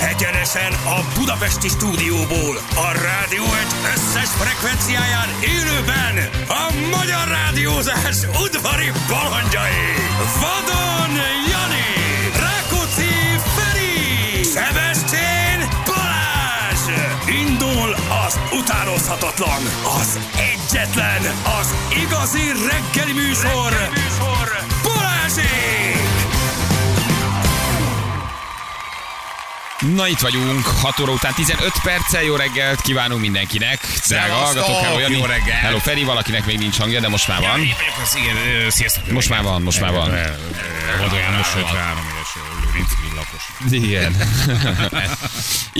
Egyenesen a Budapesti stúdióból, a rádió egy összes frekvenciáján élőben a magyar rádiózás udvari balandjai. Vadon Jani, Rákóczi Feri, Szebestén Balázs. Indul az utánozhatatlan, az egyetlen, az igazi reggeli műsor, reggeli műsor. Balázsék! Na itt vagyunk, 6 óra után 15 perccel, jó reggelt kívánunk mindenkinek. Drága Szevasztok, hallgatók, hello, Jani. jó reggelt. Hello Feri, valakinek még nincs hangja, de most már van. Én vagyok az, igen, ö, sziasztok. Most már van, most már van. Volt olyan 53 éves Lőrinci lakos. Igen.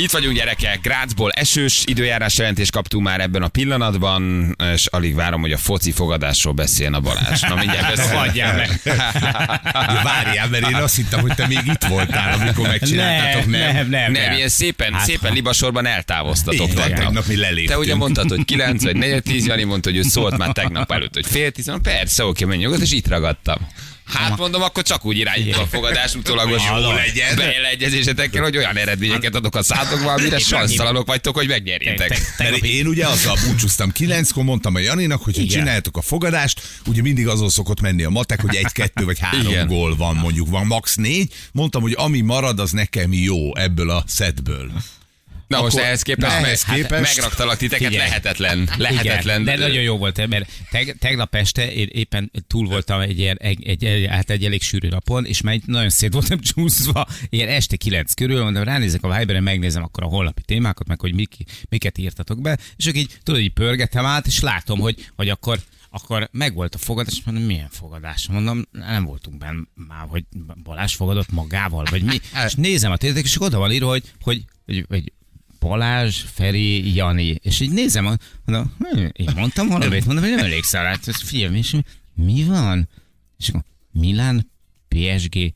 Itt vagyunk gyerekek, Grácsból esős időjárás jelentést kaptunk már ebben a pillanatban, és alig várom, hogy a foci fogadásról beszéljen a Balázs. Na mindjárt beszél. Hagyjál meg. De várjál, mert én azt hittem, hogy te még itt voltál, amikor megcsináltátok, nem? nem, nem. Nem, ilyen szépen, szépen libasorban eltávoztatok Így van, tegnap. tegnap mi leléptünk. Te ugye mondtad, hogy 9 vagy 4 10, Jani mondta, hogy ő szólt már tegnap előtt, hogy fél 10, mondom, persze, oké, menjünk, ott, és itt ragadtam. Hát mondom, akkor csak úgy irányítom a fogadás utólagos Jó legyen. beleegyezésetekkel, hogy olyan eredményeket adok a szátokba, Hát, amire sansztalanok vagytok, hogy megnyerjétek. Mert én ugye azzal búcsúztam kilenckor, mondtam a Janinak, hogy ha Igen. csináljátok a fogadást, ugye mindig azon szokott menni a matek, hogy egy, kettő vagy három Igen. gól van, mondjuk van max négy. Mondtam, hogy ami marad, az nekem jó ebből a szedből. Na most Akkor- ehhez képest, Na, meg, ehhez képest- megraktalak titeket, Figyelj. lehetetlen, lehetetlen. Igen, de nagyon jó volt, eh, mert teg, tegnap este én éppen túl voltam egy, ilyen, egy, egy, egy, hát egy elég sűrű napon, és már így nagyon szét voltam csúszva, ilyen este kilenc körül, mondom, ránézek a Viberen, megnézem akkor a holnapi témákat, meg hogy mik, miket írtatok be, és akkor így, tudod, így pörgetem át, és látom, hogy, hogy akkor akkor megvolt a fogadás, mondom, milyen fogadás? Mondom, nem voltunk benne már, hogy Balázs fogadott magával, vagy mi? És nézem a térdet, és oda van írva, hogy, hogy, hogy, hogy Balázs, Feri, Jani. És így nézem, mondom, hm, én mondtam valamit, mondom, hogy nem emlékszel rá. Tehát Figyelj, és mi- mi van? És akkor Milán, PSG,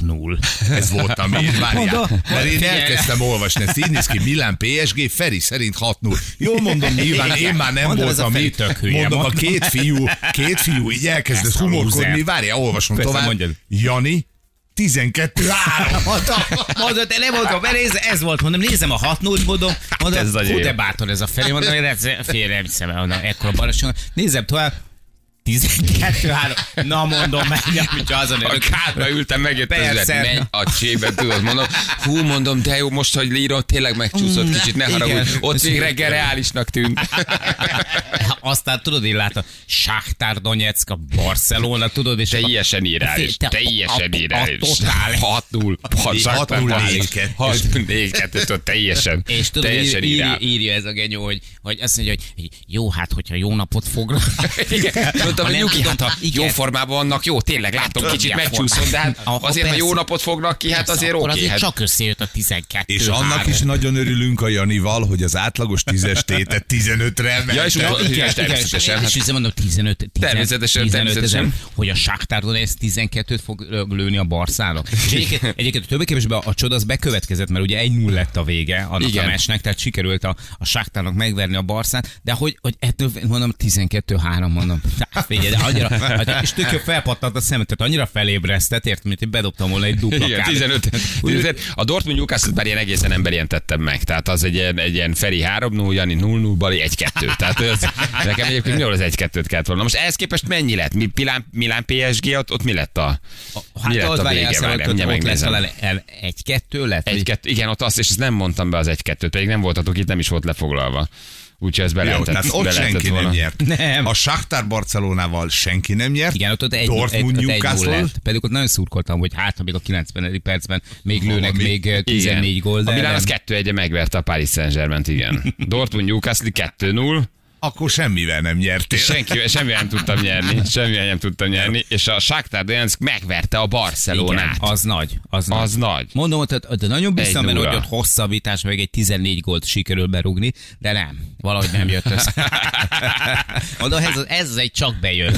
6-0. Ez voltam én, várjál. Oda. Mert én Figyelj. elkezdtem olvasni, ezt így néz ki, Milán PSG, Feri szerint 6-0. Jó mondom, nyilván én már nem Mondom, ez a voltam Feri itt. tök hülye, Mondom, a mondom. két fiú, két fiú így elkezdett Ezt a humorkodni, lúzert. várjál, olvasom Persze, tovább. mondjad. Jani, 12-3. Mondod, te nem voltam benézve, ez volt, mondom, nézem a 6 0 mondom, mondom, Ez nagyon hú, jó. de bátor ez a Feri, mondom, én ezt félre nem hiszem, el, mondom, ekkora balason, nézem tovább, 12-3, na mondom, menj, hogyha azon A örök. kádra ültem, megjött az Persze. ület, menj a csébe, tudod, mondom, hú, mondom, de jó, most, hogy Lira tényleg megcsúszott kicsit, ne Mm, igen. haragudj, ott Ez még igen. reggel reálisnak tűnt. Aztán tudod, én látom, Sáktár Donetsk, a Barcelona, tudod, és akkor- Teljesen irreális, Te- teljesen a- a- irreális. a totál. 6-0, Hat null négy-kettő. 6-0, teljesen, És tudod, teljesen ír, írja, irreális. írja ez a genyó, hogy, hogy azt mondja, hogy- hogy jó, hát, hogyha jó napot fogra. Igen, mondtam, Ha hogy nem nyugi, tudom, hát ha igen. jó formában vannak, jó, tényleg látom, kicsit Ilyen megcsúszom, de hát formában. Ha- ha azért, ha jó persze. napot fognak ki, hát Persze, azért akkor oké. azért hát Csak összejött a 12 És annak is nagyon örülünk a Janival, hogy az átlagos tízes tétet 15-re emelte. Ja, Szóval, és Ja, utána- igen, igen, természetesen. hát És üzem mondom, 15, 15 Természetesen, 15 ezer, természetesen. hogy a sáktárton ez 12-t fog ö, lőni a barszának. És egyébként, egyébként többé kevésbé a csoda az bekövetkezett, mert ugye 1 0 lett a vége annak Igen. a meccsnek, tehát sikerült a, a sáktárnak megverni a barszát, de hogy, hogy ettől mondom 12-3, mondom, tá, figyelj, de annyira, hogy- és tök jó felpattant a szemet, tehát annyira felébresztett, ért, mint én bedobtam volna egy dupla Igen, kávét. 15. Úgy- 15. A Dortmund newcastle már ilyen egészen emberien tettem meg. Tehát az egy ilyen, egy ilyen Feri 3-0, Jani 0-0, Bali 1-2. Tehát az, nekem egyébként jól az 1-2-t kellett volna. Most ehhez képest mennyi lett? Mi Milán, Milán PSG, ott, ott mi lett a, mi lett ott a Hát várjál, vége? azt Várjál, mondom, mindjárt ott ott lesz megnézem. talán el- egy-kettő lett? vagy- Egy, kettő, igen, ott azt, és ezt nem mondtam be az 1-2-t, pedig nem voltatok itt, nem is volt lefoglalva. Úgyhogy ez Jó, belentett, tehát ott senki volna. nem nyert. Nem. A Sáktár Barcelonával senki nem nyert. Igen, ott, ott egy, Dortmund egy, ott egy null Newcastle. lett. Pedig ott nagyon szurkoltam, hogy hát, ha még a 90. percben még Valami. lőnek még eh, 14 Igen. gól, de A Milán nem. az 2 1 megverte a Paris Saint-Germain, igen. Dortmund Newcastle 2-0. Akkor semmivel nem nyertél. Senki, semmi nem tudtam nyerni, semmi nem tudtam nyerni, és a Shakhtar Donetsk megverte a igen, Barcelonát. az nagy, az, Az nagy. Mondom, ott, ott, ott nagyon bíztam benne, nulla. hogy ott hosszabbítás, meg egy 14 gólt sikerül berugni, de nem, valahogy nem jött össze. Mondom, ez, az- ez az egy csak bejön.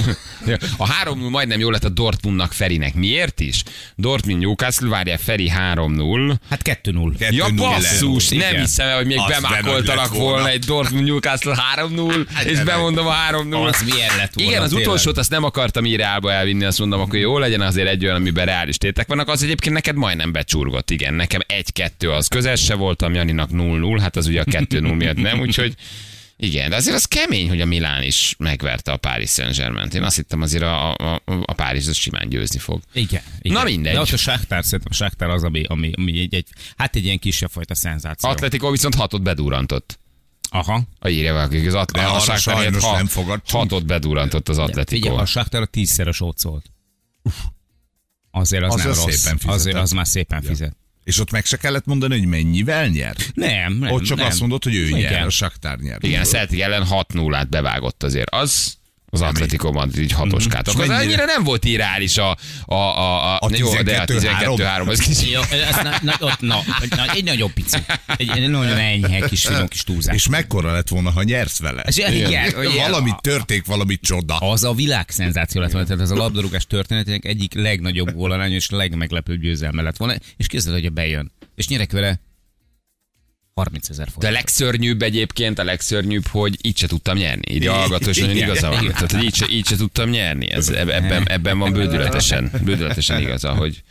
A 3-0 majdnem jól lett a Dortmundnak Ferinek. Miért is? Dortmund Newcastle várja Feri 3-0. Hát 2-0. Kettő Ja nulla lett. basszus, nem Igen. hiszem el, hogy még Az de nagy bemákoltalak lett volna. volna egy Dortmund Newcastle 3-0. 2-0, Hát és bemondom a 3-0. Az milyen lett volna Igen, az tényleg? utolsót azt nem akartam így reálba elvinni, azt mondom, akkor jó legyen azért egy olyan, amiben reális tétek vannak. Az egyébként neked majdnem becsurgott, igen. Nekem 1-2 az közel se voltam, Janinak 0-0, hát az ugye a 2-0 miatt nem, úgyhogy igen, de azért az kemény, hogy a Milán is megverte a Párizs saint germain Én azt hittem azért a, a, a Párizs az simán győzni fog. Igen, igen. Na mindegy. De ott a Sáktár, szerintem a Sáktár az, ami, ami, ami egy, egy, hát egy ilyen kisebb fajta szenzáció. Atletico viszont hatot bedúrantott. Aha. A írja valaki, az atlet, De a arra Sáktár sajnos hat- nem fogadtunk. hatot bedúrantott az Figyelj, Atletico. a Sáktár a tízszeres ócolt. Azért az, Az nem az rossz. szépen fizetett. Azért az már szépen fizet. És ott meg se kellett mondani, hogy mennyivel nyer. Nem, nem. Ott csak nem. azt mondod, hogy ő Igen. nyer, a Saktár nyer. Igen, a Celtic ellen 6-0-át bevágott azért. Az az Atletico Madrid így hatoskát. Mm-hmm. Az Mhm. Mennyire? annyira nem volt irális a, a, a, a, A jó, de a 12-3. 12-3 az kicsi. Jó, ez na, na, ott, na, na, egy nagyon pici. Egy, egy nagyon enyhe kis finom kis túlzás. És mekkora lett volna, ha nyersz vele? És igen, igen. valami történt, valami csoda. Az a világ szenzáció lett volna, tehát az a labdarúgás történetének egyik legnagyobb gólarány és legmeglepőbb győzelme lett volna, és képzeld, hogy bejön. És nyerek vele 30 ezer De a forint. legszörnyűbb egyébként, a legszörnyűbb, hogy így se tudtam nyerni. Így a hallgatós nagyon Igen. igaza van. Tehát, hogy így se, így se tudtam nyerni. Ez, eb- ebben, ebben van bődületesen, bődületesen igaza, hogy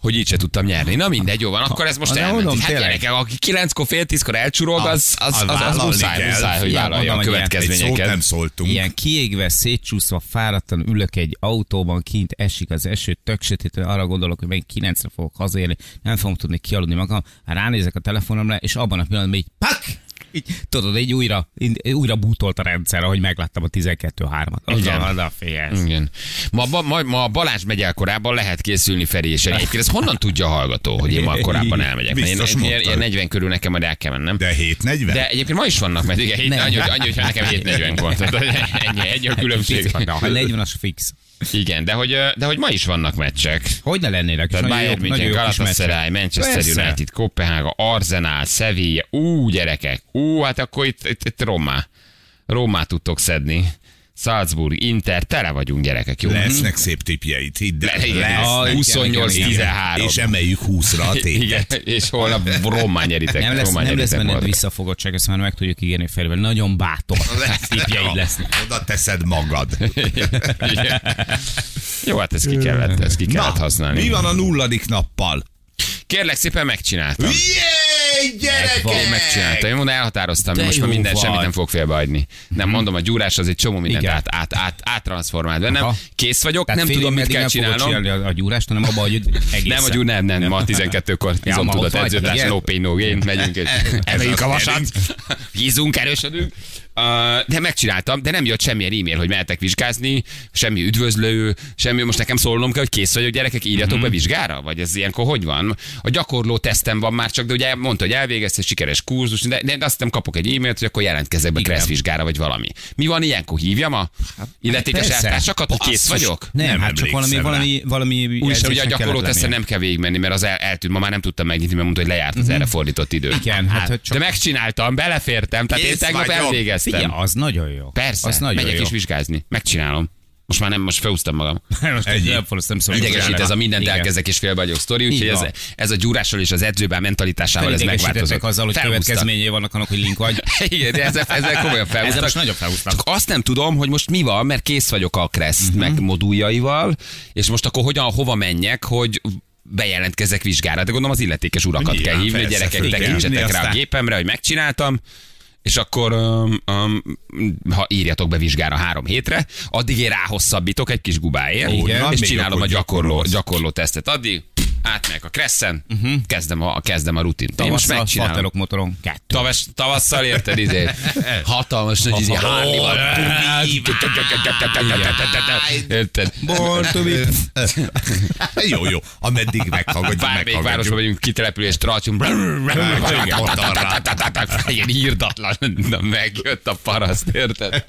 hogy így se tudtam nyerni. Na mindegy, jó van, akkor ez most Na, elment. mondom, Hát tényleg. gyerekek, aki kilenckor, fél tízkor elcsurog, az, az, az az, az, vállalni muszáj, kell. muszáj, hogy Igen, vállalja a mondom, hogy ilyen- Egy szót következményeket. nem szóltunk. Ilyen kiégve, szétcsúszva, fáradtan ülök egy autóban, kint esik az eső, tök sötét, arra gondolok, hogy még 9-re fogok hazaérni, nem fogom tudni kialudni magam, hát ránézek a telefonomra, és abban a pillanatban így pak! Így, tudod, így újra, így, újra bútolt a rendszer, ahogy megláttam a 12-3-at. Az Igen. Mm. a, a félsz. Igen. Ma, ma, ma, ma Balázs megy el korábban, lehet készülni Feri és Eri. Egyébként ez honnan tudja a hallgató, hogy én ma korábban elmegyek? Mert Biztos én, én, mondtad. én 40 körül nekem majd el kell mennem. De 7.40? De egyébként ma is vannak, mert igen, hét, Nem. annyi, hogy- annyi, hogyha nekem 740 volt. Tehát ennyi, ennyi a különbség. Fix van, de A 40 az fix. Igen, de hogy, ö, de hogy ma is vannak meccsek. Hogy ne lennének? És Tehát nagyon jó- Bayern nagyon München, jó kis meccsek. Galatasaray, Manchester Persze. United, Kopenhága, Arsenal, Sevilla. Ú, gyerekek, ú, hát akkor itt, itt, itt Romá. Rómá tudtok szedni. Salzburg, Inter, tele vagyunk gyerekek, jó? Lesznek szép tipjeid, hidd Le- el. Mhm. igen, Lesznek. 28-13. És emeljük 20-ra a tétet. Igen, és holnap Rómán nyeritek. Nem lesz, Rómán nem lesz nyeritek benned magatok. visszafogottság, ezt már meg tudjuk ígérni felivel. Nagyon bátor. Tipjeid lesznek. Oda teszed magad. Igen. Jó, hát ezt ki kellett, ezt ki kellett használni. mi van a nulladik nappal? Kérlek szépen megcsináltam. Jé, Én megcsináltam. gyerekek! Én mondom, elhatároztam, De most már jó minden vagy. Mhm. semmit nem fog félbehagyni. Nem mondom, a gyúrás az egy csomó mindent Igen. át, át, át, áttranszformált bennem. Aha. Kész vagyok, Tehát nem félig tudom, mit meddig kell nem fogod csinálnom. csinálni a, a gyúrást, hanem abba, hogy egészen. Nem, a gyúr, nem, nem, ma 12-kor Ja, ma ott izomtudat vagy, edzőtárs, igen. no pain, no gain, megyünk és emeljük az a vasat, erőnk. hízunk, erősödünk. Uh, de megcsináltam, de nem jött semmilyen e-mail, hogy mehetek vizsgázni, semmi üdvözlő, semmi, most nekem szólnom kell, hogy kész vagyok, gyerekek, írjatok Mhm. be vizsgára? Vagy ez ilyenkor hogy van? A gyakorló tesztem van már csak, de ugye mondta, hogy elvégezte, sikeres kurzus, de, de azt nem kapok egy e-mailt, hogy akkor jelentkezek be kressz vizsgára, vagy valami. Mi van ilyenkor? Hívjam a illetékes Hát, persze. eltársakat, hogy kész Basszus. vagyok? Nem, Nem hát csak valami, emlékszem valami, valami Úgyse jelzésnek ugye a gyakorló kellett teszem lennie. nem Mhm. kell végigmenni, mert az el, eltűnt, ma már nem tudtam megnyitni, mert mondta, hogy lejárt az erre fordított idő. Igen, hát, hogy csak- De megcsináltam, belefértem, tehát én Kész tegnap vagyok. elvégeztem. Figyelj, az nagyon jó. Persze, az nagyon megyek jó. is vizsgázni, megcsinálom. Most már nem, most felhúztam magam. Most Egy- nem fogsz, nem szólok. Idegesít ez a mindent Igen. elkezdek és félbe vagyok sztori, úgyhogy ez, van. ez a gyúrással és az edzőben a mentalitásával ez megváltozott. Idegesítettek azzal, hogy Felhúzta. következményei vannak annak, hogy link vagy. Igen, de ezzel, ezzel komolyan felhúztak. Ezzel most nagyon felhúztak. Csak azt nem tudom, hogy most mi van, mert kész vagyok a Kressz Mhm. uh-huh. meg moduljaival, és most akkor hogyan, hova menjek, hogy bejelentkezek vizsgára. De gondolom az illetékes urakat Nyilván, kell hívni, hogy persze, gyerekek, föl kell hívni, tekintsetek rá a aztán- gépemre, hogy megcsináltam, és akkor, um, um, ha írjatok be vizsgára három hétre, addig én ráhosszabbítok egy kis gubáért, Ó, na, és még csinálom akkor a gyakorló, gyakorolsz. gyakorló tesztet. Addig átmegyek a kresszen, Mhm. uh-huh. kezdem, a, kezdem a rutint. Én most Tavasszal megcsinálom. faterok motoron. Kettő. Tavas, tavasszal érted, izé. Hatalmas nagy izé, hárlival. hát, Érted? Bortovi. jó, jó. Ameddig Bármelyik meghallgatjuk, városban meghallgatjuk. vagyunk, kitelepülés, tracsun. Ilyen írdatlan. Na, megjött a paraszt, érted?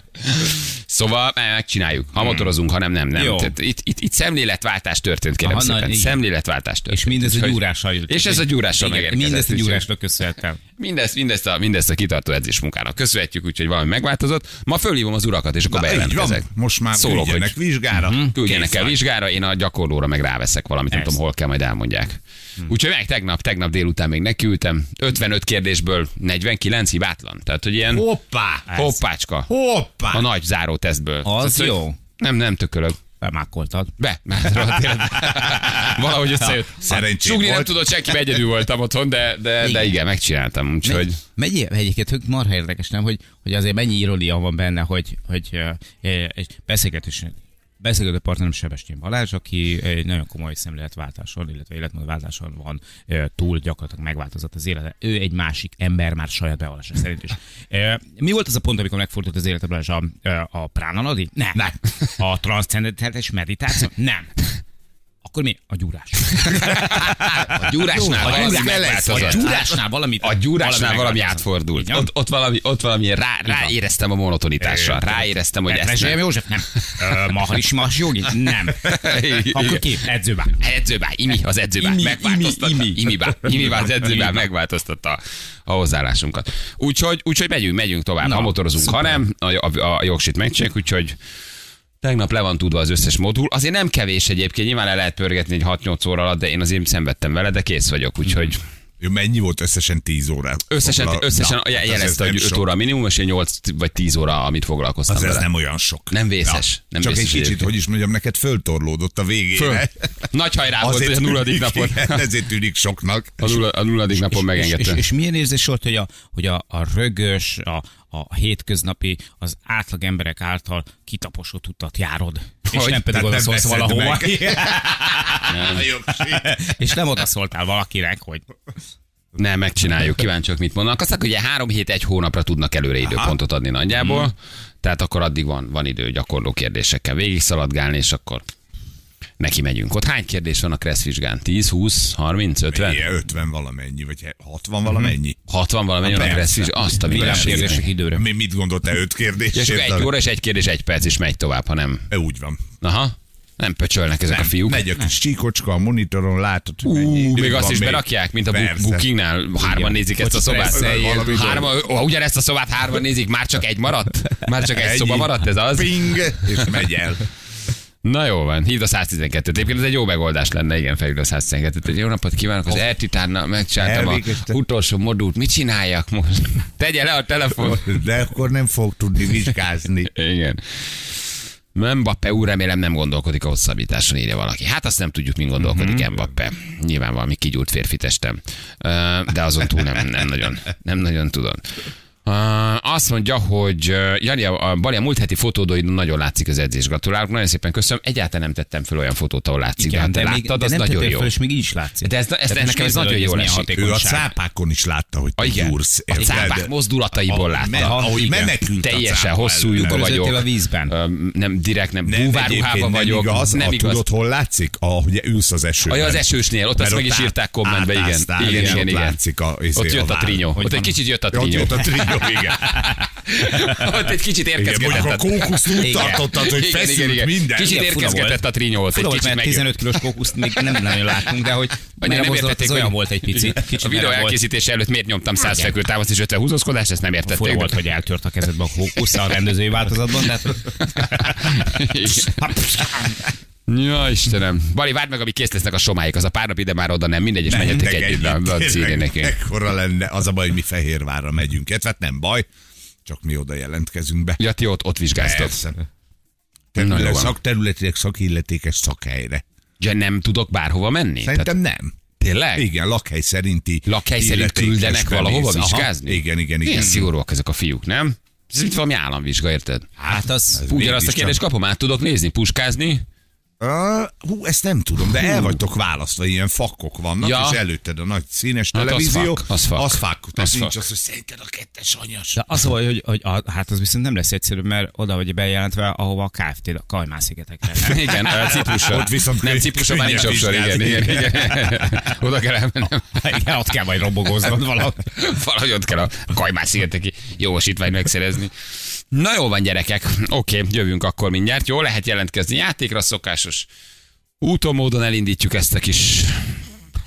Szóval eh, megcsináljuk. Ha motorozunk, ha nem, nem, nem. Hmm. Jó. Tehát itt, itt, itt szemléletváltás történt, kérem Aha, na, szépen. igen. szemléletváltás történt. És mindez egy Úgyhogy- órással jött. És ez egy órással Igen, megérkezett. Mindezt egy úgyhogy- órásra köszönhetem. Mindezt, mindezt, a, mindezt a kitartó edzés munkának köszönhetjük, úgyhogy valami megváltozott. Ma fölhívom az urakat, és akkor Na, így bejelentkezek. van, most már Szólok, küldjenek hogy- Mhm, vizsgára. Küldjenek Kész el van. vizsgára, én a gyakorlóra meg ráveszek valamit, nem Persze. tudom, hol kell, majd elmondják. Úgyhogy meg tegnap, tegnap délután még nekiültem, 55 kérdésből 49 hibátlan. Tehát, hogy ilyen Hoppá! hoppácska. Hoppá! A nagy záró tesztből. Az Tehát, hogy jó. Nem, nem tökölök. Bemákoltad. Be, mert rohadt életben. Valahogy összejött. Szerencsém Sugni nem volt. tudott, senki egyedül voltam otthon, de, de, de Igen. igen, megcsináltam. Úgyhogy... Megy, egyébként tök marha érdekes, nem? Hogy, hogy azért mennyi irónia van benne, hogy, hogy eh, eh, egy beszélgetés beszélgető partnerem Sebestyén Balázs, aki egy nagyon komoly szemléletváltáson, illetve életmódváltáson van eh, túl, gyakorlatilag megváltozott az élete. Ő egy másik ember már saját bevallása szerint is. Eh, Mi volt az a pont, amikor megfordult az élete Balázs a, eh, a pránanadi? Nem. Nem. A transzcendentális meditáció? Nem. Akkor mi? A gyúrás. A gyúrásnál A valami gyúrás- A megváltozott. gyúrásnál valami. A gyúrásnál valami megváltozott. Így átfordult. van? Ott, ott valami, ott valami rá, van. ráéreztem a monotonitásra. Igen. Hát Ráéreztem, hogy ezt Petrezselyem nem. József? Nem. Ö, Mahris Mas Jogi? Nem. Igen. Akkor ki? Edzőbá. Edzőbá, imi, az edzőbá Imi, megváltoztatta. imi, imi. Imibá, imibá, az Így edzőbá van. megváltoztatta a hozzáállásunkat. Úgyhogy, úgyhogy megyünk, megyünk tovább. Na, ha motorozunk, ha nem, a, a, a jogsit megcsináljuk, úgyhogy Tegnap le van tudva az összes modul. Azért nem kevés egyébként, nyilván le lehet pörgetni egy 6-8 óra alatt, de én azért szenvedtem vele, de kész vagyok, úgyhogy Ő Mennyi volt összesen 10 óra? összesen, Foglal- összesen Na, je- hát ez jelezte, nem hogy 5 sok. óra minimum, és én 8 vagy 10 óra, amit foglalkoztam Az ez vele. nem olyan sok. Nem vészes. Ja. Nem Csak vészes egy kicsit, egyébként. hogy is mondjam, neked föltorlódott a végére. Föl. Nagy hajrá volt, hogy a nulladik tűnik- napon. igen, ezért tűnik soknak. A, nulla, a nulladik napon és, és, megengedte. és, milyen érzés volt, hogy a, hogy a, a rögös, a, a hétköznapi, az átlag emberek által kitaposott utat járod. és Hogy? nem Tehát pedig oda nem szólsz veszed valahova. meg. A jogsít. és nem oda szóltál valakinek, hogy Nem, megcsináljuk, kíváncsiak mit mondanak. Aztán ugye három hét, egy hónapra tudnak előre időpontot adni nagyjából, Mhm. tehát akkor addig van, van idő gyakorló kérdésekkel végig szaladgálni, és akkor neki megyünk. Ott hány kérdés van a Kressz vizsgán? 10, 20, 30, 50? Ilyen 50 valamennyi, vagy 60 valamennyi. 60 valamennyi van a Persze. Kressz vizsgán? Azt a nem világ. kérdések időre. Mi mit gondoltál, 5 kérdés? És akkor egy óra és egy kérdés, egy perc is megy tovább, ha nem. E, Úgy van. Aha, nem pöcsölnek ezek a fiúk. Megy a kis csíkocska a monitoron, látod, hogy mennyi Ú, idő még azt van is még. berakják, mint a bu- Persze. bookingnál. Hárman nézik ezt a Hogy szobát. stresszeljél. Hárman, ó, ugyanezt a szobát hárman nézik, már csak egy maradt? Már csak egy Ennyi. szoba maradt ez az? Ping, és megy el. Na jó van, hívd a 112-t. Egyébként ez egy jó megoldás lenne, igen, felhívd a 112-t. Egy jó napot kívánok, az Ertitánnal megcsináltam a Oh. Elvégezte. utolsó modult. Mit csináljak most? Tegye le a telefon. De akkor nem fog tudni vizsgázni. Igen. Mbappé úr, remélem nem gondolkodik a hosszabbításon, írja valaki. Hát azt nem tudjuk, mi gondolkodik Mhm. mm-hmm. Mbappé. Nyilván valami kigyúrt férfi testem. Ö, De azon túl nem, nem nagyon, nem nagyon tudom. Ö, Azt mondja, hogy ö, Jani, a a- Bali, a múlt heti fotódóidon nagyon látszik az edzés. Gratulálok, nagyon szépen köszönöm. Egyáltalán nem tettem fel olyan fotót, ahol látszik. Igen, de, hát te de, láttad, még, de az nem nagyon tettél jó. Föl, és még így is látszik. De ez, ez, ez Tehát nekem ez most nagyon képzeld, jól hogy ez milyen esik. Ő a hatékonyság. cápákon is látta, hogy te Ah, Igen. gyúrsz. A cápák mozdulataimból Mert látta. ahogy igen. menekült a Teljesen cápa hosszú ellen. lyukba Körözöttél vagyok. a vízben. Ö, Nem direkt, nem. Búváruhában egyébként vagyok. Nem igaz, Nem a, igaz. tudod, hol látszik? Ahogy ülsz az esőben. Aj, az esősnél, ott Mert azt meg ott is át- írták kommentbe, igen. átásztál, Igen, és igen, ott igen. látszik a- izé, Ott jött a váll. trinyó. Hogy Ott egy van? kicsit jött a Ott trinyó. jött a trinyó, igen. Ott egy kicsit Igen, mondjuk a érkezgetett. kókuszt úgy Igen. tartottad, hogy Igen, feszült igen, igen. minden. Kicsit Igen, fura érkezgetett volt. a trinyó, ott egy Fura volt, kicsit mert meg. 15 kilós kókuszt még nem nagyon látunk, de hogy Vagy nem megmozdulat, értették, az olyan hogy- volt egy picit. Kicsit A videó meleg volt. elkészítés előtt miért nyomtam 100 fekvő támaszt és 50 húzózkodást, ezt nem értették. Fura volt, hogy eltört a kezedbe a kókusz a rendezői változatban, de Ja, Istenem. Bali, várd meg, amíg kész lesznek a somáik. Az a pár nap ide már oda nem. Mindegy, és menjetek Mentek együtt. együtt, a- A tényleg, círi nekünk. Ekkora lenne, az a baj, hogy mi Fehérvárra megyünk. Hát nem baj, csak mi oda jelentkezünk be. Ja, ti ott, ott vizsgáztok. Persze. Na, jó Terület, van. Hát- szakterületileg szakilletékes szakhelyre. Ja, nem tudok bárhova menni? Tehát, Szerintem nem. tényleg? Igen, lakhely szerinti. Lakhely szerint illetékes küldenek bemész. valahova Aha, vizsgázni? Igen, igen, Milyen igen. szigorúak ezek a fiúk, nem? Ez mint valami államvizsga, érted? hát az... Ez Ugyanazt a mégis kérdést kapom, át tudok nézni, puskázni? Ah, Hú, ezt nem tudom, de el vagytok választva, ilyen fakok vannak, Ja. és előtted a nagy színes Hát az televízió. fak, az fak. Az fak. Tehát Az nincs fak. az, hogy szerinted a kettes anyas. De az volt, hogy, hogy a, hát az viszont nem lesz egyszerű, mert oda vagy bejelentve, ahova a KFT, a Kajmán-szigetekre. Igen, a ciprusra. Ott viszont nem kö- ciprusra, már nincs könnyen offshore, igen, igen, vizsgázni. igen. Oda kell elmennem. Igen, ott kell majd robogoznod valahol. Valahogy ott kell a kajmás szigeteki jogosítványt megszerezni. Na jó van, gyerekek. Oké, okay, jövünk akkor mindjárt. Jó, lehet jelentkezni játékra, szokásos úton, módon elindítjuk ezt a kis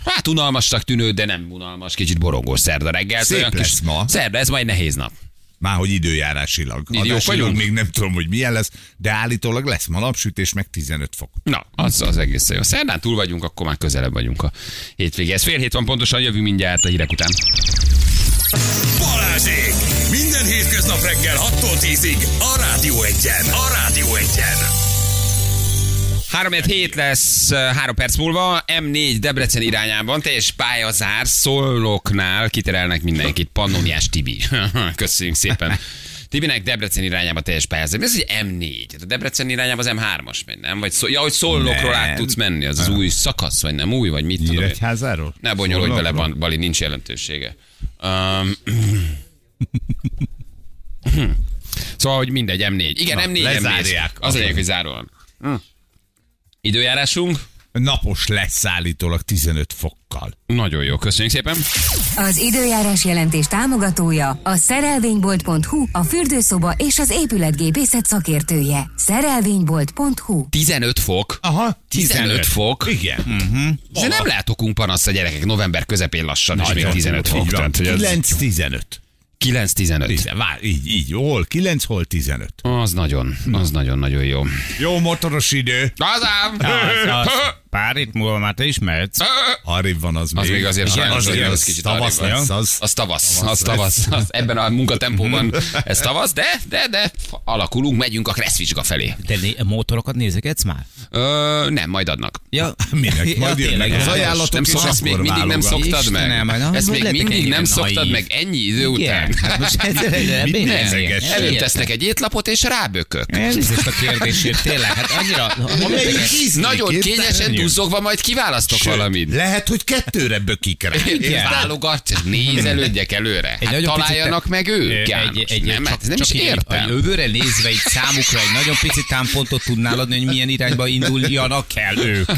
Hát unalmasnak tűnő, de nem unalmas, kicsit borongós szerda reggel. Szép Olyan lesz ma. Szerda, ez majd nehéz nap. Már hogy időjárásilag. Így jók Adásilag vagyunk? még nem tudom, hogy milyen lesz, de állítólag lesz ma napsütés, meg 15 fok. Na, az, az egész jó. Szerdán túl vagyunk, akkor már közelebb vagyunk a hétvégéhez. Fél hét van pontosan, jövünk mindjárt a hírek után. Balázsék! Minden hétköznap reggel 6-tól 10-ig a Rádió Egyen! A Rádió Egyen! 3 hét lesz, 3 perc múlva, M4 Debrecen irányában, teljes pályazár, szolnoknál kiterelnek mindenkit. Pannoniás Tibi. Köszönjük szépen. Tibinek Debrecen irányába teljes pályázat. Ez egy M4. Hát A Debrecen irányába az M3-as megy, nem? Vagy szó, ja, hogy szolnokról át Nem. tudsz menni, az, az új szakasz, vagy nem új, vagy mit tudom én. Nyíregyházáról? Ne bonyolodj bele, Szolnokról? Ban- Bali, nincs jelentősége. Um, szóval, hogy mindegy, M4. Igen, M4, M4. lezárják. Az lényeg, hogy záróan. Hm. Időjárásunk? Napos lesz állítólag 15 fokkal. Nagyon jó, köszönjük szépen. Az időjárás jelentés támogatója a szerelvénybolt.hu, a fürdőszoba és az épületgépészet szakértője. Szerelvénybolt.hu 15 fok. Aha, 15 fok. Mhm. Igen. De nem látok panasz a gyerekek november közepén lassan, és még Nagyon 15 jó, fok. így van. Tehát, hogy az- 9-15. 9-15. Tizen- vár, Így, így, hol 9, hol 15. Az nagyon, az nagyon-nagyon jó. Jó motoros idő. Az ám! Az, az. Pár év múlva már te ismersz. Arrébb van az, Az még. még azért Igen, sajnos, az, hogy igen, az az kicsit tavasz arrébb van. lesz az. Az tavasz, az Tavasz tavasz. lesz. Az ebben a munkatempóban ez tavasz, de, de, de alakulunk, megyünk a kresszvizsga felé. Te né- motorokat nézegetsz már? Ö, nem, majd adnak. Ja, Minek? Majd jönnek az ajánlatok, nem és szok, ezt akkor még mindig nem válogat. szoktad Istenem, meg. na, Ezt hogy még lettek mindig ennyire nem szoktad naív? meg ennyi idő után. Igen, hát most ez- ez- ez- Mit ez- nézegetsz? ez- Előtt tesznek egy étlapot, és rábökök. Elnézést a kérdésért, tényleg, hát annyira... Amelyik ízlik, Nagyon érted? kényesen Nagyon. duzzogva majd kiválasztok Sőt, valamit. Lehet, hogy kettőre bökik rá. Igen. Igen. Válogat, nézelődjek előre. Egy Hát nagyon picit- találjanak meg ők, Egy- János. egy- Nem, csak- hát ez nem csak is így értem. A jövőre nézve egy számukra egy nagyon pici támpontot tudnál adni, hogy milyen irányba induljanak el ők.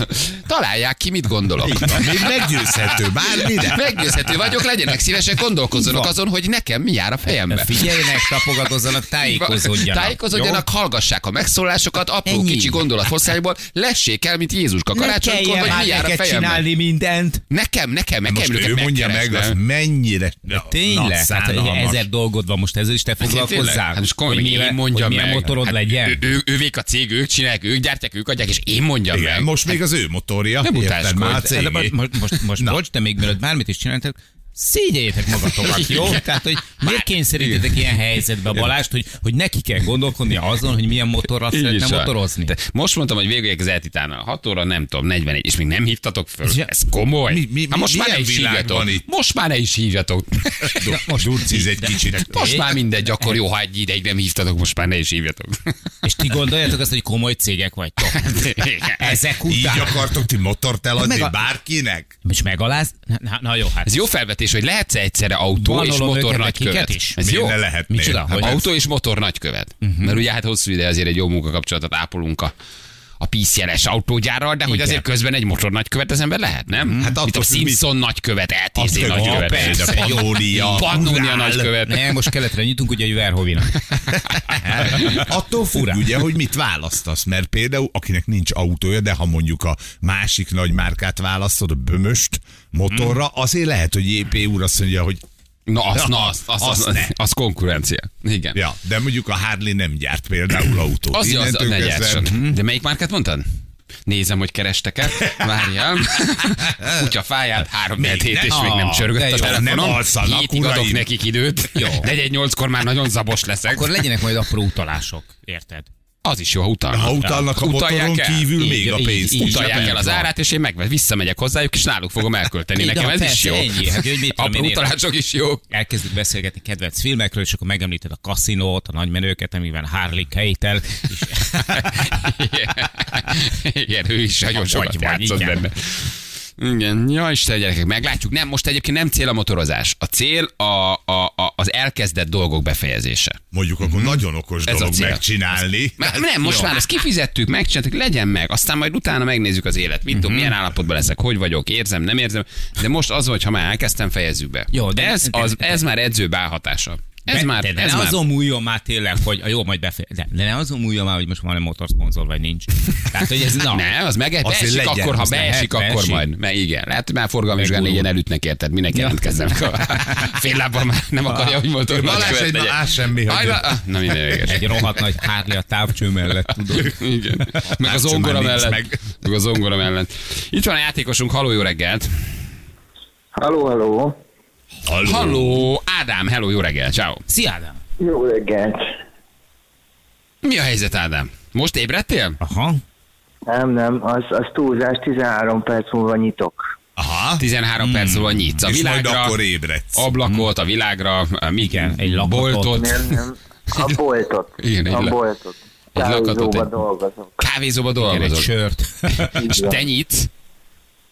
Találják ki, mit gondolok. Még meggyőzhető, bármire. Meggyőzhető vagyok, legyenek szívesek, gondolkozzanak Így van. azon, hogy nekem mi jár a fejembe. Figyeljenek, tapogatozzanak, tájékozódjanak. Tájékozódjanak, hallgassák a megszólásokat, apró Ennyi. kicsi gondolathosszányból, lessék el, mint Jézuska karácsonykor, hogy mi jár a fejembe. mindent. Nekem, nekem, nekem. Most őket ő mondja meg, az megkeresnem. mennyire na- nagy Tényleg? Hát szánalmas. ezer dolgod van most, ezzel is te foglalkozzál. Hát most komolyan, hogy én mondjam hogy meg. milyen motorod hát legyen. Ő, ő, ővék a cég, ők csinálják, ők gyártják, ők adják, és én mondjam Igen, meg. most még az ő motorja. Nem Érted, utáskodj. már a De- de cégé. most, most, most, most bocs, de még mielőtt bármit is csináltak, szégyeljétek magatokat, jó? Tehát, hogy miért kényszerítetek ilyen helyzetbe Balást, hogy, hogy neki kell gondolkodnia azon, hogy milyen motorral Így szeretne is van. motorozni. Te, most mondtam, hogy végüljek az eltitánál. 6 óra, nem tudom, 41, és még nem hívtatok föl. Ja. Ez komoly. Mi- mi- Hát most mi- már ne milyen is világ hívjatok. van itt? Most már ne is hívjatok. Most durciz egy kicsit. Most már mindegy, akkor jó, ha egy ideig nem hívtatok, most már ne is hívjatok. És ti gondoljátok azt, hogy komoly cégek vagytok. Ezek Így után. akartok ti motort eladni Meg a- bárkinek? És megaláz? Na, na jó, hát. Ez jó felvetés, hogy lehetsz egyszerre autó és Banolom motor őket, nagykövet. akiket is? Ez Miért jó. ne lehetnél? Micsoda? Hát Hogy- autó és motor nagykövet. Uh-huh. Mert ugye hát hosszú ide azért egy jó munkakapcsolatot ápolunk a a píszjeles autógyárral, de hogy Igen. azért közben egy motor nagykövet az ember lehet, nem? Hát attól Mit a függ, mit- Simpson nagykövet, LTZ Attól- nagykövet. Ja, persze, Pannonia. Pannonia Urál. nagykövet. Nem, most keletre nyitunk, ugye, hogy Verhovinak. Attól függ, ugye, hogy mit választasz, mert például, akinek nincs autója, de ha mondjuk a másik nagy márkát választod, a bömöst motorra, azért lehet, hogy JP úr azt mondja, hogy Na, az, Ja, na, az, az, az az, az, ne. az konkurencia. Igen. ja, de mondjuk a Harley nem gyárt például autót. Az, az, az Innentől ne kezdve- gyártson. De melyik márkát mondtad? Nézem, hogy kerestek-e. Várjál. Kutya fáját, három még, hét, és ne? még nem Ah, csörgött de a jó, telefonom. nem alszanak, Hétig adok uraim. nekik időt. Jó. egy nyolckor már nagyon zabos leszek. Akkor legyenek majd apró utalások, érted? az is jó, ha utalnak. Ha utalnak a Utalják motoron el. kívül Így, még a így, pénzt. így, is. Utalják így el az van. árát, és én meg visszamegyek hozzájuk, és náluk fogom elkölteni. Így, Nekem de ez is persze, jó. ennyi. Hát, hogy mit tudom Apró én, érted? utalások is jók. elkezdünk beszélgetni kedvenc filmekről, és akkor megemlíted a kaszinót, a nagymenőket, amiben Harley Keitel, és Igen, ő is nagyon Vagy sokat vagy, játszott igen. benne. Igen, ja Isten, gyerekek, meglátjuk. Nem, most egyébként nem cél a motorozás. A cél a, a, a, az elkezdett dolgok befejezése. Mondjuk akkor nagyon okos Hmm. Ez a dolog cél. megcsinálni. Már, nem, most már ezt kifizettük, megcsináltuk, legyen meg, aztán majd utána megnézzük az élet. Mit Mhm. tudom, milyen állapotban leszek, hogy vagyok, érzem, nem érzem, de most az, hogy ha már elkezdtem, fejezzük be. Jó, de- ez, az, ez már edző bálhatása. Ez már, de, de ez ne már. azon múljon már tényleg, hogy a jó, majd befejezik. De, de ne azon múljon már, hogy most van-e motorszponzor, vagy nincs. Tehát, Hát, hogy ez na. Nem, az meg beesik legyen, akkor, ha az beesik, lehet, akkor beesik. majd. Mert igen, lehet, hogy már forgalmizsgán négyen elütnek érted, mindenki jelentkezzen. Fél lábbal már nem akarja, hogy volt Balázs egy már á semmi, hogy Ah, Na minden véges. Egy rohadt nagy hátli a távcső mellett, tudod. Igen. Meg a Már zongora csak már mellett. nincs Meg. meg. a zongora mellett. Itt van a játékosunk, haló, jó reggelt. Halló, halló! Halló, Ádám, hello, jó reggel, ciao. Szia, Ádám. Jó reggelt! Mi a helyzet, Ádám? Most ébredtél? Aha. Nem, nem, az, az túlzás, 13 perc múlva nyitok. Ah. Aha, 13 Hmm. perc múlva nyitsz. A és majd világra, akkor ébredsz. ablakot, a világra, a mi, Igen, egy lakot. boltot, Nem, nem, a boltot. Igen, egy a le- boltot. egy lakatot, Kávézóba egy- dolgozok. kávézóba Igen, egy dolgozol. sört. És Így van. te nyitsz,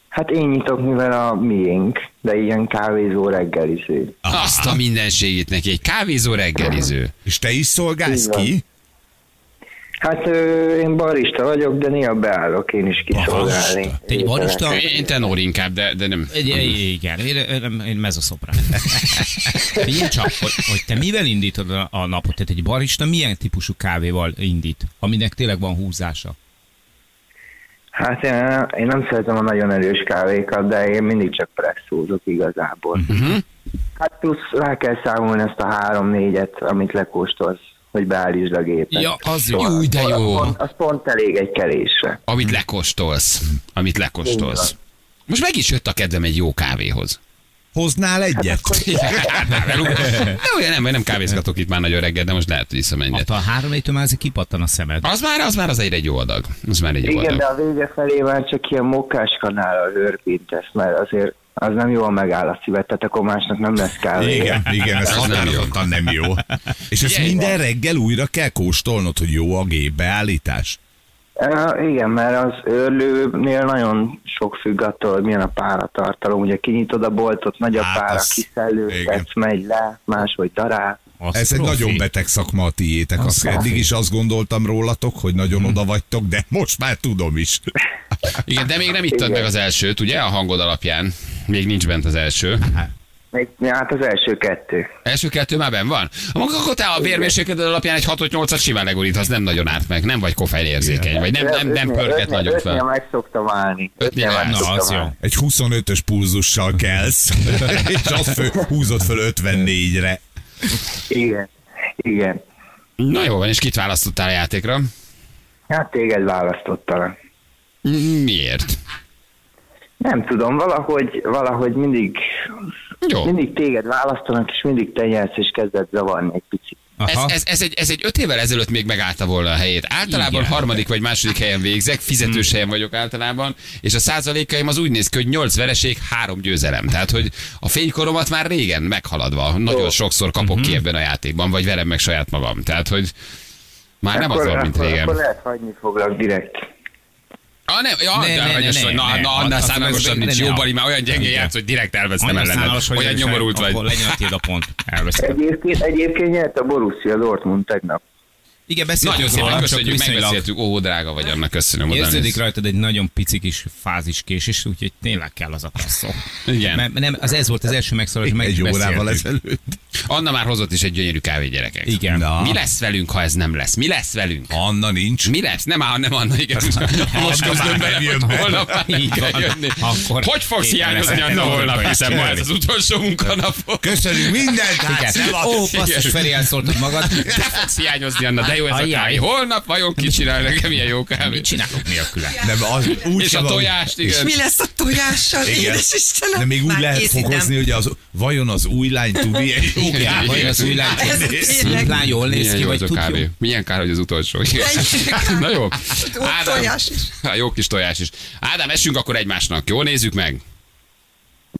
Hát én nyitok, mivel a miénk, de ilyen kávézó reggeliző. azt a mindenségét neki, egy kávézó reggeliző. és te is szolgálsz Így van. ki? Hát ö, én barista vagyok, de néha beállok én is kiszolgálni. Barista? Te egy barista? Én tenor inkább, de, de nem. Egy, egy- igen, én, én, én mezoszoprán. Figyelj csak, hogy, hogy, te mivel indítod a, a napot? Tehát egy barista milyen típusú kávéval indít, aminek tényleg van húzása? Hát én, én nem szeretem a nagyon erős kávékat, de én mindig csak presszózok igazából. Mhm. Uh-huh. Hát plusz rá kell számolni ezt a három-négyet, amit lekóstolsz, hogy beállítsd a gépet. Ja, az jó. Szóval Júj, de jó. Az pont, az pont elég egy kelésre. Amit lekóstolsz. Amit lekóstolsz. Most meg is jött a kedvem egy jó kávéhoz. Hoznál Hát egyet? De ugye nem, mert nem kávézgatok itt már nagyon reggel, de most lehet, hogy iszom egyet. Attól a három egytől már ezek kipattan a szemed. Az már, az már az egyre egy jó adag. Az már egy jó Igen, de adag. a vége felé már csak ilyen mokkás kanállal hörpintesz, mert azért az nem jól megáll a szíved, tehát akkor másnak nem lesz kávé. Igen, igen, ez Ez nem jó. határozottan nem jó. És ezt Figyelj, minden reggel újra kell kóstolnod, hogy jó a gépbeállítás. Ö, Igen, mert az őrlőnél nagyon sok függ attól, hogy milyen a páratartalom. Ugye kinyitod a boltot, nagy a Hát pára, az- igen. kiszellőztetsz, megy le, máshogy darál. Az Ez egy profi. nagyon beteg szakma a tiétek. Az Azt eddig profi. is azt gondoltam rólatok, hogy nagyon oda vagytok, de most már tudom is. Igen, de még nem ittad meg az elsőt, ugye, a hangod alapján. Még nincs bent az első. Még, hát az első kettő. Első kettő már ben van? A maga akkor te a vérmérsékleted alapján egy 6-8-at simán leguríthatsz, nem nagyon árt meg, nem vagy koffein érzékeny, vagy nem, nem, nem Ötnél- pörget ötnél- nagyon Ötnél fel. meg szoktam állni. Ötnél meg állsz. Na, szoktam az jó. állni. Egy 25-ös pulzussal kelsz, és azt föl, húzod föl 54-re. Igen, igen. Na jó van, és kit választottál a játékra? Hát téged választottalak. Miért? Nem tudom, valahogy, valahogy mindig, Jó. mindig téged választanak, és mindig te nyersz, és kezded zavarni egy picit. Ez, Aha. ez, ez, egy, ez egy öt évvel ezelőtt még megállta volna a helyét. Általában Igen. Igen. Hmm. harmadik vagy második helyen végzek, fizetős helyen vagyok általában, és a százalékaim az úgy néz ki, hogy 8 vereség, 3 győzelem. Tehát, hogy a fénykoromat már régen meghaladva, nagyon sokszor kapok Hmm. ki ebben a játékban, vagy verem meg saját magam. Tehát, hogy már Hát nem az van, mint akkor, régen. Akkor lehet hagyni foglak direkt. Ah, nem, ja, Ne, ne, ne, ne, ne, ne, ne, na, ne, ne. na, Azt- annál azt- számálosabb azt- nincs. ne, Jó, ne. Bali, már olyan gyengén Igen. játsz, hogy direkt elvesztem Annyira ellened. szánalos, hogy Olyan erősen, nyomorult vagy. Akkor legyen a tiéd a pont. Elvesztem. Egyébként, egyébként nyert a Borussia Dortmund tegnap. Igen, beszéltünk Nagyon szépen róla, köszönjük, viszonylag megbeszéltük. Ó, drága vagy, annak köszönöm. oda Érződik néz. rajtad egy nagyon pici kis fáziskésés, úgyhogy tényleg kell az a passzó. Igen. Mert nem, az ez volt az első megszólás, meg Egy is órával beszéltük. ezelőtt. Anna már hozott is egy gyönyörű kávé gyerekek. Igen. Na. Mi lesz velünk, ha ez nem lesz? Mi lesz velünk? Anna nincs. Mi lesz? Nem áll, nem Anna, igen. Most Anna közben már bele, nem hogy jön be. holnap már nem Így kell van. jönni. Akkor Hogy fogsz képen hiányozni leszek. Anna Nagyon holnap, vagyok. hiszen ma ez az utolsó munkanapok. Köszönjük mindent, hát Igen. szevasz. Ó, passzus, Igen. Feri, elszóltad magad. Te fogsz hiányozni, Anna, de jó ez a Ajjaj. kávé. Holnap vajon ki csinál nekem ilyen jó kávé? Mit csinálok nélküle? Nem, az úgy És sem a van- tojást, igen. Mi lesz a tojással, Igen. édes Istenem? De még úgy Már lehet készítem. fokozni, hogy az, vajon az új lány tud ilyen jó Igen. kávét? Vagy az új lány, Ez tényleg. lány jól néz Milyen ki, jó vagy az a tudjuk. kávé. Milyen kár, hogy az utolsó. Igen. Egy- Na jó. Ó, tojás is. Ha, jó kis tojás is. Ádám, essünk akkor egymásnak. Jó, nézzük meg.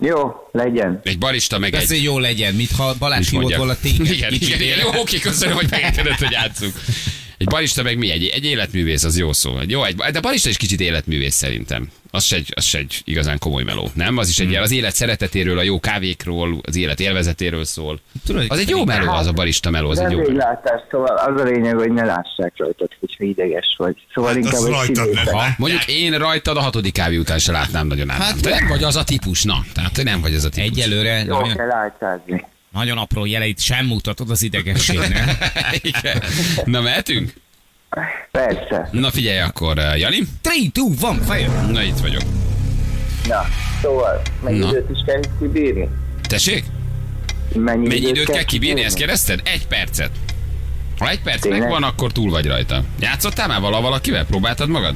Jó, legyen. Egy barista, meg egy Persze, hogy jó legyen, mintha Balázs hívott mondjam. volna téged. Igen, Kicsit igen, igen. élek. Jó, oké, köszönöm, hogy megengedett, hogy játszunk. Egy barista meg mi? Egy, egy életművész, az jó szó. Egy, jó, egy, de barista is kicsit életművész szerintem. Az se, egy, az se egy igazán komoly meló, nem? Az is egy, ilyen- az élet szeretetéről, a jó kávékról, az élet élvezetéről szól. Tudod, Az egy jó meló, az a barista meló, az egy jó meló. Vendéglátás, szóval az a lényeg, hogy ne lássák rajtad, hogyha ideges vagy. Szóval Hát inkább az egy rajtad szívét- nem. Mondjuk én rajtad a hatodik kávé után se látnám nagyon át. Hát, te nem vagy az a típus, na. Tehát te nem vagy az a típus. Egyelőre Jól nagyon kell álcázni. Nagyon apró jeleit sem mutatod az idegességnek. Igen. Na, mehetünk? Persze. Na figyelj akkor, eh, Jani. 3, 2, 1, fire! Na, itt vagyok. Na, szóval, mennyi Na. időt is kell kibírni? Tessék? Mennyi, Mennyi időt kell kibírni, ezt kérdezted? Egy percet. Ha egy perc Tényleg? megvan, akkor túl vagy rajta. Játszottál már vala valakivel? Próbáltad magad?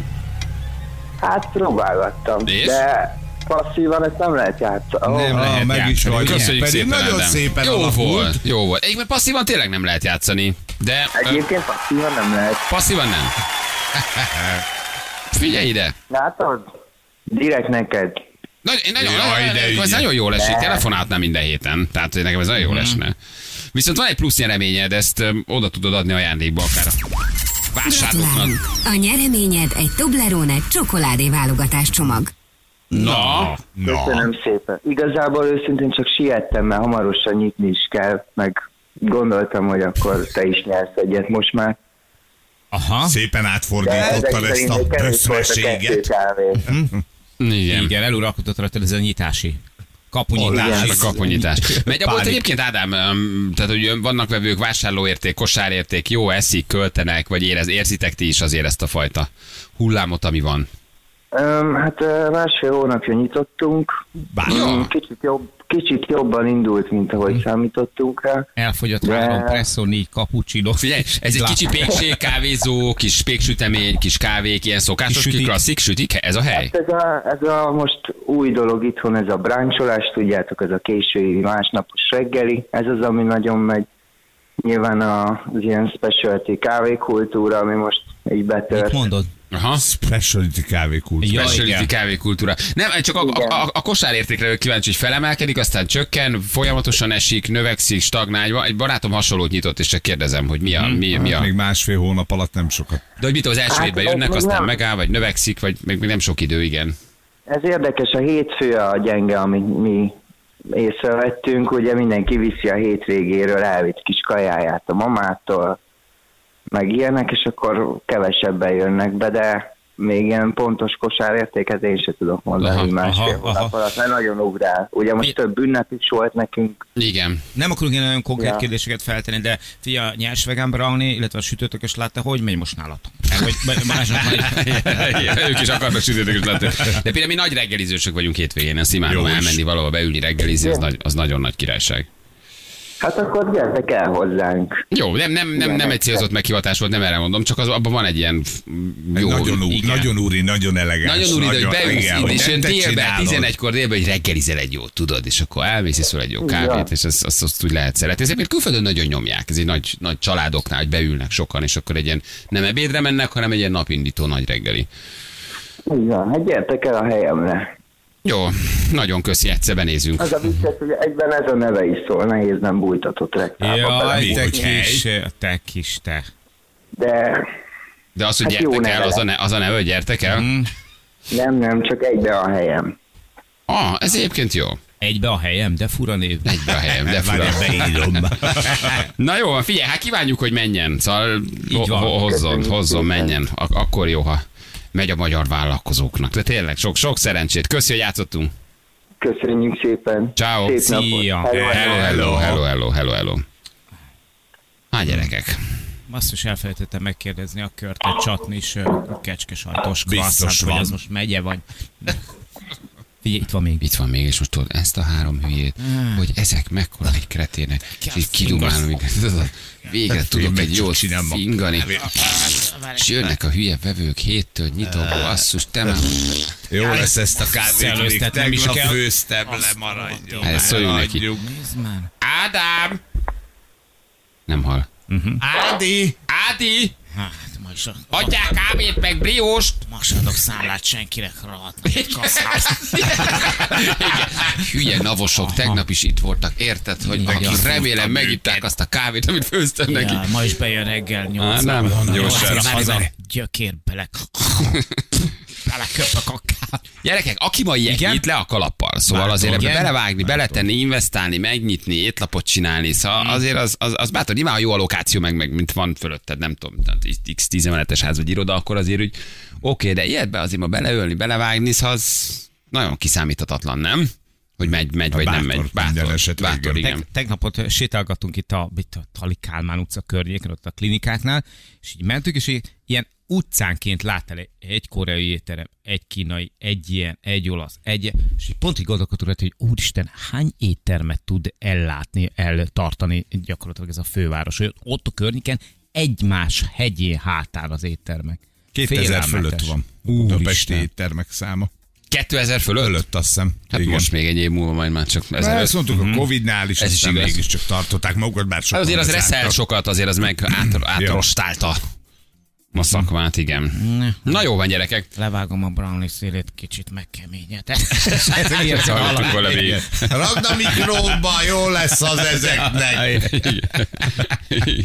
Hát próbálgattam, És? de passzívan ezt nem lehet Nem játszani. Oh, lehet Ah, meg is játszani. vagy. Köszönjük Pedig szépen, nagyon Ádám. szépen Jó alakult. volt, jó volt. Egyébként passzívan tényleg nem lehet játszani, de ö, Egyébként passzívan nem lehet. passzívan nem. Figyelj ide! Látod? Direkt neked. Nagy, én nagyon, Jaj, nagyon, de nagyon, ez ügyi. nagyon jól esik, Ne. telefonáltnám minden héten, tehát hogy nekem ez nagyon Mhm. jól esne. Viszont van egy plusz nyereményed, ezt ö, oda tudod adni ajándékba akár a vásárlóknak. Gratulálunk! A nyereményed egy Toblerone csokoládé válogatás csomag. Na, Köszönöm szépen. Igazából őszintén csak siettem, mert hamarosan nyitni is kell, meg gondoltam, hogy akkor te is nyersz egyet most már. Aha, Szépen Ah. De ezek átfordítottad ezt szerint a egy kevés volt a kettő böszmeséget. kávé. igen. igen, eluralkodott rajta ez a nyitási. Kapunyítás. Ez a kaponyítás. Megy a bolt Pánik. egyébként, Ádám, öm, tehát hogy vannak vevők, vásárlóérték, kosárérték, jó eszik, költenek, vagy érez, érzitek ti is azért ezt a fajta hullámot, ami van. Öm, hát ö, másfél hónapja nyitottunk. Jó. Öm, Kicsit, jobb, kicsit jobban indult, mint Mm. ahogy számítottunk rá. Elfogyott három presszó, négy cappuccino. Figyelj, ez egy kicsi pékség, kávézó, kis péksütemény, kis kávék, ilyen szokásos, Kis kis sütik. klasszik, sütik, ez a hely. Hát Ez a, ez a most új dolog itthon, ez a bráncsolás, tudjátok, ez a késői másnapos reggeli, ez az, ami nagyon megy. Nyilván a, az ilyen specialty kávékultúra, ami most így Mit betört. mondod? Aha. Specialty kávékult. Ja, Specialty igen. kávékultúra. Nem, csak a, a, a, a kosárértékre vagyok kíváncsi, hogy felemelkedik, aztán csökken, folyamatosan esik, növekszik, stagnál. Van- Egy barátom hasonlót nyitott, és csak kérdezem, hogy mi a, mi, mi a Még másfél hónap alatt nem sokat. De hogy mit tudom, az első Hát, évben ez jönnek, még aztán nem. megáll, vagy növekszik, vagy még, még nem sok idő, igen. Ez érdekes, a hétfő a gyenge, amit mi észrevettünk, ugye mindenki viszi a hétvégéről, elvitt kis kajáját a mamától, meg ilyenek, és akkor kevesebben jönnek be, de még ilyen pontos kosárértéket én sem tudok mondani, Aha, hogy másfél aha, hónap aha. alatt, mert nagyon ugrál. Ugye most több ünnep is volt nekünk, Igen. Nem akarunk ilyen nagyon konkrét Ja. kérdéseket feltenni, de figyelj, a nyers vegán brownie, illetve a sütőtökös látta, hogy megy most nálatok? Mert Hogy Ba- Balázsnak van egy... Igen, ők is akarnak sütőtökös lenni. De például mi nagy reggelizősök vagyunk hétvégén, ezt imádom Jó is. elmenni valahova beülni reggelizni, az, nagy, az nagyon nagy királyság. hát akkor gyertek el hozzánk. Jó, nem, nem, nem, nem egy célzott meghivatás volt, nem erre mondom, csak az, abban van egy ilyen jó, nagyon, úr, igen. nagyon úri, nagyon elegáns. Nagyon úr, hogy beülsz igen, itt, hogy és nem jön te délben, csinálod. 11-kor délben, hogy reggelizel egy jót, tudod, és akkor elmész, iszol egy jó Ja. kávét, és azt, azt, azt úgy lehet szeretni. Ezért még külföldön nagyon nyomják, ez egy nagy, nagy családoknál, hogy beülnek sokan, és akkor egy ilyen nem ebédre mennek, hanem egy ilyen napindító nagy reggeli. Így van, hát gyertek el a helyemre. Jó, nagyon köszi, egyszer benézünk. Az a vicces, hogy egyben ez a neve is szól, nehéz nem bújtatott reklámba Jaj, te belebújni. kis, te kis, te. De De az, hogy Hát jó gyertek el, neve az a, lett. ne, az a neve, hogy gyertek Mhm. el. Hm? nem, nem, csak egybe a helyem. Ah, ez egyébként jó. Egybe a helyem, de fura név. Egybe a helyem, de fura. Hát Várjál, beírom. Na jó, van, figyelj, hát kívánjuk, hogy menjen. Szóval ho- van. ho- hozzon, Köszönjük hozzon, szépen. menjen. Ak- akkor jó, ha megy a magyar vállalkozóknak. De tényleg sok, sok szerencsét. Köszi, hogy játszottunk. Köszönjük szépen. Ciao. Szép Szia. napot. Hello, Hello, hello. hello, hello, hello, hello, hello. Hát gyerekek. Basszus, elfelejtettem megkérdezni a körte csatnis ö, kecske sajtos Biztos klasszát, hogy van. az most megye vagy. Figyelj, itt van még. Itt van még, és most tudod, ezt a három hülyét, Hmm. hogy ezek mekkora egy kretének, és így kidumálom, így- ez az a- végre tudok meg egy csak jót csinálom a fingani. És jönnek a hülye vevők héttől nyitóból, asszus, te már Jó lesz ezt a kávét, még Szellőztetnem is tegnap kell. főztem, lemaradjon. Hát, szóljunk neki. Eladjuk. Nézd már. Ádám! Nem hal. Ádi! Ádi! Hát, ma is a... Adják kávét meg brióst! Ma se adok számlát senkinek, rohadt nagy kasszász. Igen. Hülye navosok, tegnap is itt voltak, érted? Hogy Igen. akik remélem megitták azt a kávét, amit főztem neki. Ja, ma is bejön reggel nyolc. nem. Jó, Nyolcra srácok. haza gyökér bele. Beleköpök a kárt. Gyerekek, aki ma ilyen Igen? nyit le a kalappal, szóval Bátor, azért ebbe igen? belevágni, beletenni, investálni, megnyitni, étlapot csinálni, szóval azért az, az, az bátor, nyilván ha jó a lokáció, meg, meg mint van fölötted, nem tudom, tehát x 10 emeletes ház vagy iroda, akkor azért úgy, oké, de ilyetbe azért ma beleölni, belevágni, szóval az nagyon kiszámíthatatlan, nem? Hogy megy, megy, vagy nem bátor megy. minden Bátor, esetre, bátor igen. igen. Teg, tegnapot ö, sétálgattunk itt a, itt a Tali Kálmán utca környéken, ott a klinikáknál, és így mentünk, és így ilyen utcánként láttál egy- egy koreai étterem, egy kínai, egy ilyen, egy olasz, egy és így pont így gondolkodtunk rajta, hogy úristen, hány éttermet tud ellátni, eltartani gyakorlatilag ez a főváros, hogy ott a környéken egymás hegyén hátán az éttermek. 2000 Félelmetes. fölött van. Budapesti Úristen. éttermek száma. 2000 fölött? Fölött azt hiszem. Hát Igen. most még egy év múlva majd már csak Na, ezer ezt mondtuk a Covid-nál is, Ez ez is is igaz. mégiscsak tartották magukat, bár sokan Hát Azért az bezártak. reszel sokat, azért az meg át, átrostálta a szakmát, igen. Na jó van, gyerekek. Levágom a brownie szélét, kicsit megkeményed. Ezt Hát, hallottuk volna még. Igen. Rakd a mikróba, jó lesz az ezeknek. Igen.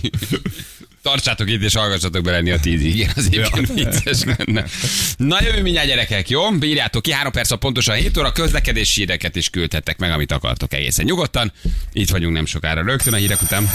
Tartsátok itt, és hallgassatok bele lenni a tízig. Igen, az egyébként vicces lenne. Na jövő mindjárt gyerekek, jó? Bírjátok ki, három perc a pontosan 7 óra, közlekedési híreket is küldhettek meg, amit akartok egészen nyugodtan. Itt vagyunk nem sokára rögtön a hírek után.